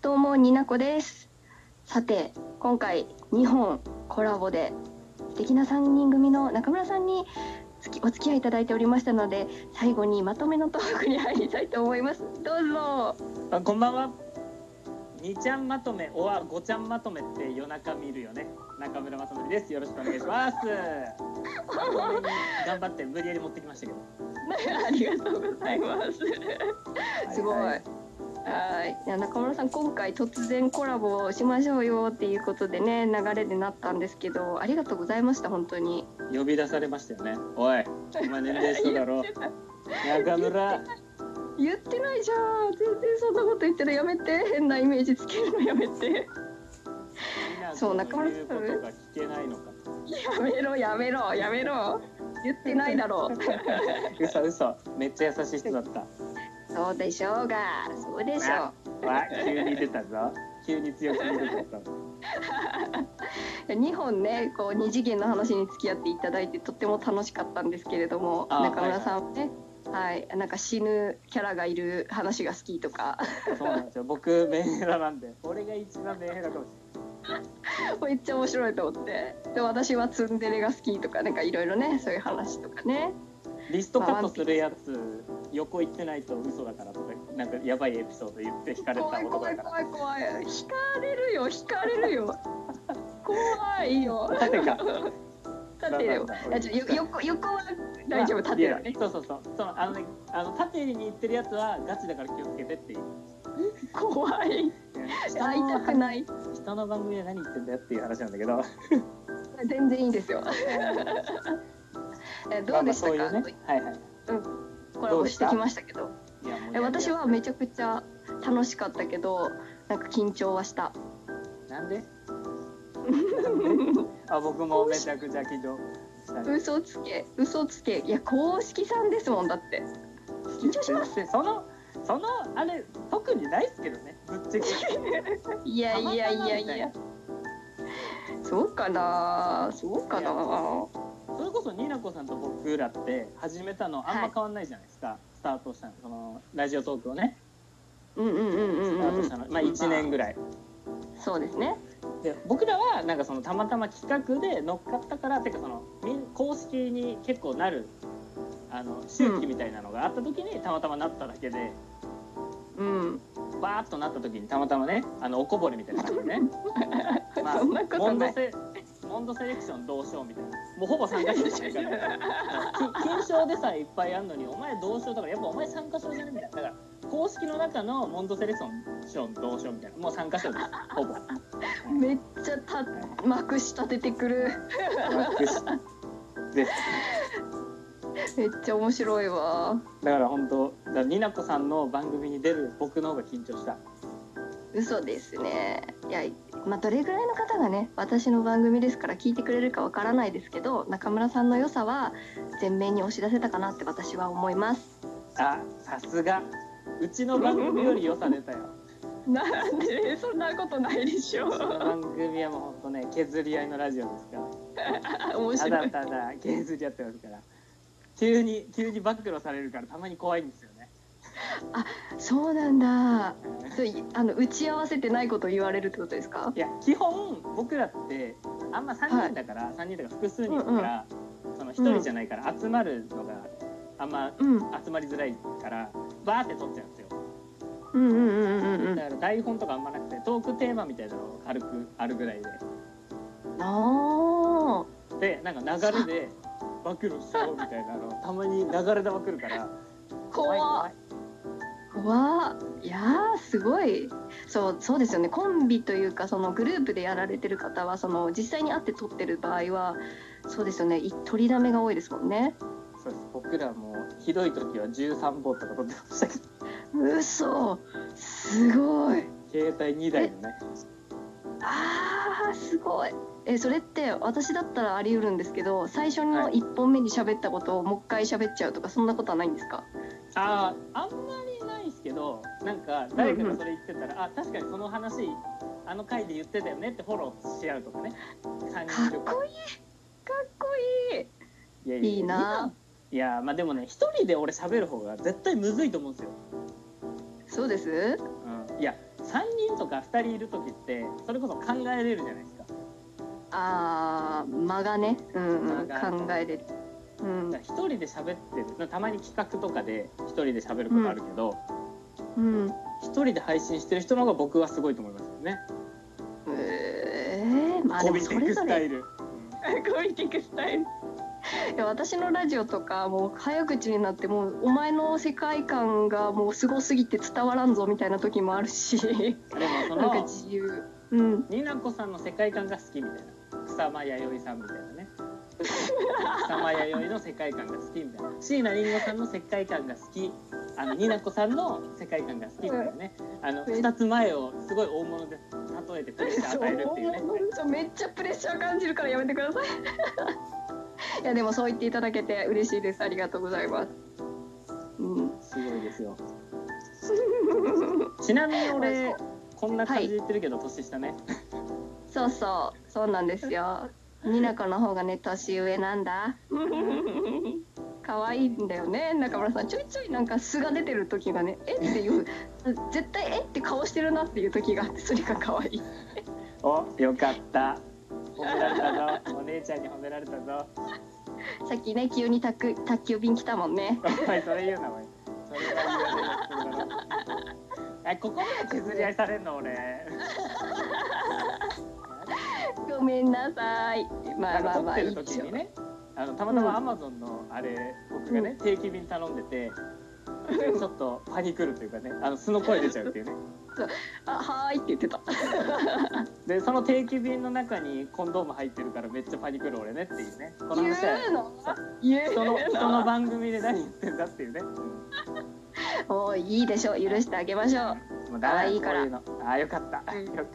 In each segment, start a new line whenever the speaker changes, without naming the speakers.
どうもになこですさて今回2本コラボで素敵な3人組の中村さんにつきお付き合いいただいておりましたので最後にまとめのトークに入りたいと思いますどうぞ
あこんばんは。二ちゃんまとめ、おわ、五ちゃんまとめって夜中見るよね。中村まさのりです。よろしくお願いします。頑張って無理やり持ってきましたけど。
ありがとうございますすごい。
は
は
は
ーいいや中村さん今回突然コラボしましょうよっていうことでね流れでなったんですけどありがとうございました本当に
呼び出されましたよね。おい、お前年齢層だ ろ。中村、
言ってないじゃん全然そんなこと言ってるやめて変なイメージつけるのやめてそう中村さん
言うことが聞けないのか。
やめろやめろやめろ言ってないだろう
嘘嘘、めっちゃ優しい人だった。
そうでしょうがそうでしょう
わ、急に出たぞ。急に強気に出たぞ。
2本ねこう二次元の話に付き合っていただいてとっても楽しかったんですけれども
あー
中村さんはね、はいなんか死ぬキャラがいる話が好きとか
そうなんですよ。僕メンヘラなんで、俺が一番メンヘラかもし
めっちゃ面白いと思ってで私はツンデレが好きとかなんかいろいろねそういう話とかね
れない。リストカットするやつ、横行ってないと嘘だからとか、なんかやばいエピソード言って惹かれた
怖い
男
怖
だ
い
から。
怖い怖い惹かれるよ惹かれる よ怖いよ
縦か。
縦よ
まあまあまあ
あちょよ横横は大丈夫縦だね
そうそうそう。そのあのね、あの縦に行ってるやつはガチだから気をつけてっていう。
怖い会いたく
い。
ない
人の番組で何言ってんだよっていう話なんだけど。
全然いいですよ えどうでしたか、
まあまあそういうね。はいはい。
コラボしてきましたけど
いやもう
え私はめちゃくちゃ楽しかったけどなんか緊張は した
な んで？あ僕もめちゃくちゃ緊張したね。
嘘つけ嘘つけいや公式さんですもんだって緊張します
で そのそのあれ特にないっすけどねぶっちゃけ
いやいやいやいやそうかなそうか
い
な
それこそニーナコさんと僕らって始めたのあんま変わんないじゃないですか、スタートしたのそのラジオトークをね
うんうんうんう
スタ
ん
ー
う
ト
ん
したの、まあ1年ぐらい
そうですね
で僕らはなんかそのたまたま企画で乗っかったからてかそのみ公式に結構なるあの周期みたいなのがあった時にたまたまなっただけで、
うん
バーっとなった時にたまたまねあのおこぼれみたいな感じでねまあ
そんなこと
モン
な
ド
い
セモンドセレクション同賞みた いなもうほぼ参加賞しかないからき金賞でさえいっぱいあんのにお前同賞だからやっぱお前参加賞じゃねみたいなだから公式の中のモンドセレクション同賞みたいなもう参加賞ですほぼ
めっちゃたまくし立ててくる
です
めっちゃ面白いわ
だから本当だからになこさんの番組に出る僕の方が緊張した
嘘ですねいや、まあ、どれぐらいの方がね私の番組ですから聞いてくれるかわからないですけど中村さんの良さは全面に押し出せたかなって私は思います
あさすがうちの番組より良さ出たよ
なんでそんなことないでしょ
この番組はもう本当ね削り合いのラジオですか ら
面
ただただ削り合ってますから急に急に暴露されるからたまに怖いんですよね
そうなんだそういあの打ち合わせてないことを言われるってことですか
いや基本僕らってあんま3人だから、3人だから複数人だから、その1人じゃないから集まるのがあんま
うん、うん
集まりづらいからバーって撮っちゃうんですよ
うんうんうんうん
だから台本とかあんまなくてトークテーマみたいなのを軽くあるぐらいで
あ
でなんか流 れで暴露しようみたいなのたまに流れ玉来るから
ー
怖い
怖
怖
っ
い
わいやーすごいそうそうですよねコンビというかそのグループでやられてる方はその実際に会って撮ってる場合はそうですよねい取りだめが多いですもんね
そうです僕らもひどい時は13本とか撮ってましたけど
嘘すごい
携帯2台のね
あーすごいえそれって私だったらあり得るんですけど最初
は
の
い
1本目に喋ったことをもう一回喋っちゃうとかそんなことはないんですか
あーあんまりないですけどなんか誰かがそれ言ってたら、あ確かにその話あの回で言ってたよねってフォローし合うとかね3
か
人
っ
いる
こいいかっこいい
いや
いいない
やまあでもね一人で俺喋る方が絶対むずいと思うんですよ、
そうです
うん、いや3 3人とか2人いる時ってそれこそ考えれるじゃないですかだか
あー間がね、うんうん、
間が
考えれる、うん
ら1人で喋ってるたまに企画とかで1人で喋ることあるけど、
うん、
一1人で配信してる人の方が僕はすごいと思いますよね。
えー、まあでも
こびて
そ
い
れ
く
ぞ
スタ
れ
イル。
コミュニティスタイル。
いや私のラジオとかもう早口になってもうお前の世界観がもうすごすぎて伝わらんぞみたいな時もあるし
うんでもそ
なんか
の
自由うん
になこさんの世界観が好きみたいな草間彌生さんみたいなね草間彌生の世界観が好きみたいな椎名林檎さんの世界観が好きあのになこさんの世界観が好きみたいなねあの2つ前をすごい大物で例えてプレッシャー与えるっていうね
そう本当めっちゃプレッシャー感じるからやめてくださ いいやでもそう言っていただけて嬉しいですありがとうございますうん
すごいですよちなみに俺こんな感じで言ってるけど年下ね
そうそうそうなんですよになこの方がね年上なんだ可愛いんだよね中村さんちょいちょいなんか素が出てる時がねえっていう絶対えって顔してるなっていう時があってそれが可愛い
およかった褒められた ぞお姉ちゃんに褒められたぞ
さっきね急に宅宅急便来たもんね
お前それ言うなお前それは言うなえここまで削り合いされんの俺
ごめんなさいま
あ
あまあま
の撮っ
あ
て
い
る
いで
時
しょ
にねあのたまたまアマゾンのあれ僕がね定期便頼んでてちょっとパニクるというかねあの素の声出ちゃうっていうね
あはーいって言ってた
でその定期便の中にコンドーム入ってるからめっちゃパニクる俺ねっていうねこの
言
話は
うの言う
人の人の
の
番組で何言ってんだっていうね
もういいでしょう許してあげまし ょう
もうダメだ
あーいいから
こういうのあーよかった、
うん
よかっ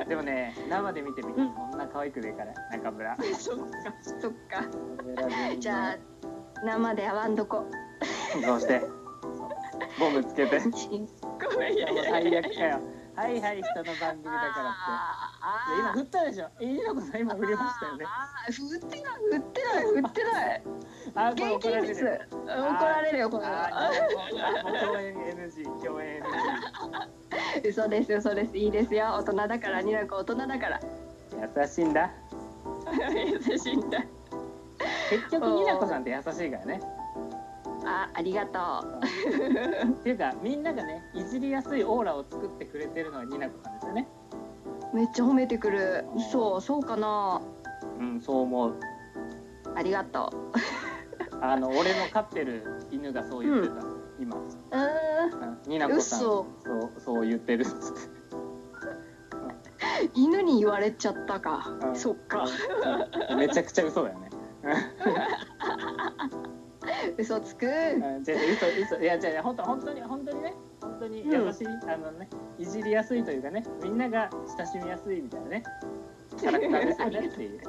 たでもね生で見てみてこんな可愛くねえから中村
そっか。
そっかじゃあ生で会わんどこ
どうしてボムつけてもう
ごめんいやいやいや。
最悪かよはいはい人の番組だからってで今
あー
振ったでしょえいいのこさん今振りましたよね
あー振ってない振ってない振ってない
あーこれ
元
怒
気
られ
で
る
す
よ
怒られるよこれは
あーもう共演 NG 共演 NG
嘘です嘘ですいいですよ大人だからになこ大人だから
優しいんだ
優しいんだ。
結局美奈子さんって優しいからね
あありがと
っていうかみんながねいじりやすいオーラを作ってくれてるのがになこさんですよね
うめっちゃ褒めてくる嘘そうかな
うんそう思う
ありがとう
あの俺の飼ってる犬がそう言ってた、今
うーん
うんになこさん
嘘
そうそう言ってるっつって
犬に言われちゃったか
うん
そっか
うんめちゃくちゃ嘘だよね
嘘つく
うんじゃあ嘘嘘いやじゃあいや本当本当に本当にね本当に優しい、あのねいじりやすいというかねみんなが親しみやすいみたいなねキャラクターですよねっていう、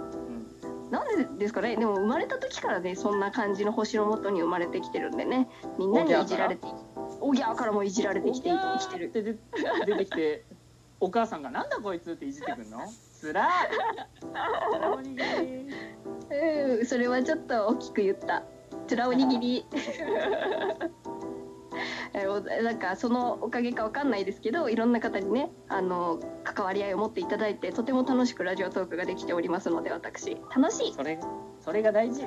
うん
なんでですかねでも生まれた時からねそんな感じの星のもとに生まれてきてるんでねみんなにいじられておぎゃーからもいじられてきて生きてる
でで出てき てお母さんがなんだこいつっていじってくんのつらーつらおにぎり
うんそれはちょっと大きく言った。つらおにぎ り。えおなんかそのおかげかわかんないですけどいろんな方にねあの関わり合いを持っていただいてとても楽しくラジオトークができておりますので私楽しい
それそれが大事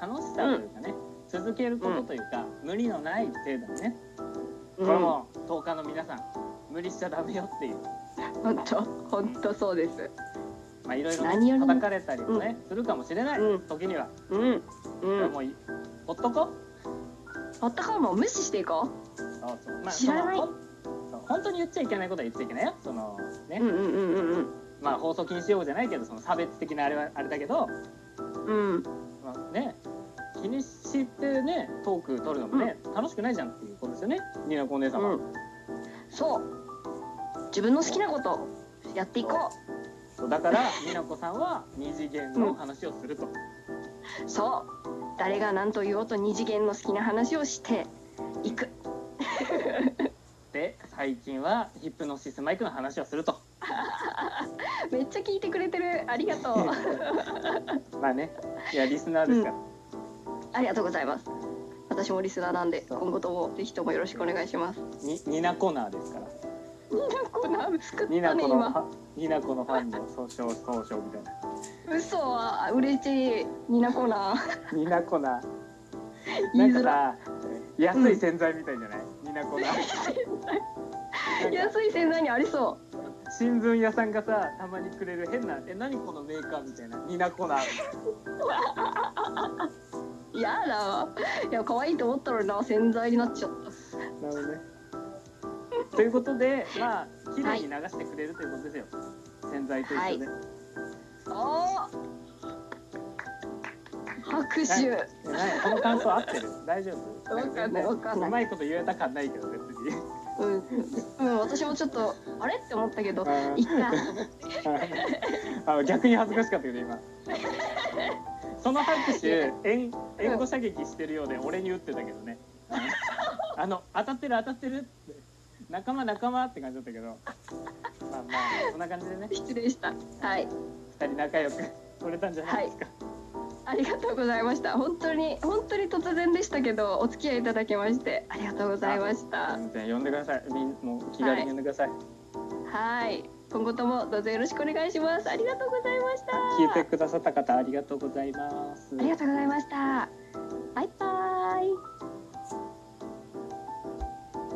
楽しさというかね、続けることというか、無理のない程度にね、
うん
これも10日の皆さん無理しちゃダメよっていう
本当本当そうです
まあいろいろ
何より
ね
も
叩かれたりもね、するかもしれない、
うん
時には、
うんう
これ
ん
もういほっとこう
あったかいもん無視していこ
そうそうまあ
知らない
そのほんそう本当に言っちゃいけないことは言っちゃいけないよそのね、
ううんうんうんうん
まあ放送禁止用語じゃないけどその差別的なあれはあれだけど、
うんうん
まあ、ね気にしてねトーク取るのもね、楽しくないじゃんっていうことですよねニナコお姉さんは、
うんそう自分の好きなことをやっていこ
そうだから美奈子さんは二次元の話をすると、
うそう誰が何と言おうと二次元の好きな話をしていく
で最近はヒップノシスマイクの話をすると
めっちゃ聞いてくれてるありがとう
まあねいやリスナーですから、
ありがとうございます私もリスナーなんで
そう
今後ともぜひともよろしくお願いします
にニナコナーですから
こなん作っ
ニ
たね
ナコのフ
今
ァニナコのファンの総称総称みたいな
嘘は嬉しいニナコな
ニナコなな
言い
んか
づら
さ安い洗剤みたいじゃない、ニナ コななん
い
か
安い洗剤にありそ
新聞屋さんがさたまにくれる変なえ何このメーカーみたいなニナコな
うやだわいや可愛いと思ったのにな洗剤になっちゃった
なるほどね。ということで、まあ、綺麗に流してくれるということですよ。洗剤と一緒で。
あー拍手
はえないこの感想合ってる。大丈夫。
わかんないわかんないう
まいこと言えた感ないけど、別に。
うん、うん、私もちょっとあれって思ったけど
あ
いった
ーあ、逆に恥ずかしかったけど、今。その拍手、援、援護射撃してるようで、俺に打ってたけどね。あの、当たってる、当たってるって。仲間、仲間って感じだったけど。まあ、まあ、そんな感じでね。
失礼したはい
二人仲良く取れたんじゃないですか。
ありがとうございました本当に本当に突然でしたけどお付き合いいただきましてありがとうございました
全然呼んでください。みんもう気軽に呼んでください。
はい今後ともどうぞよろしくお願いしますありがとうございました
聞いてくださった方ありがとうございます
あ。りがとうございましたバイバイ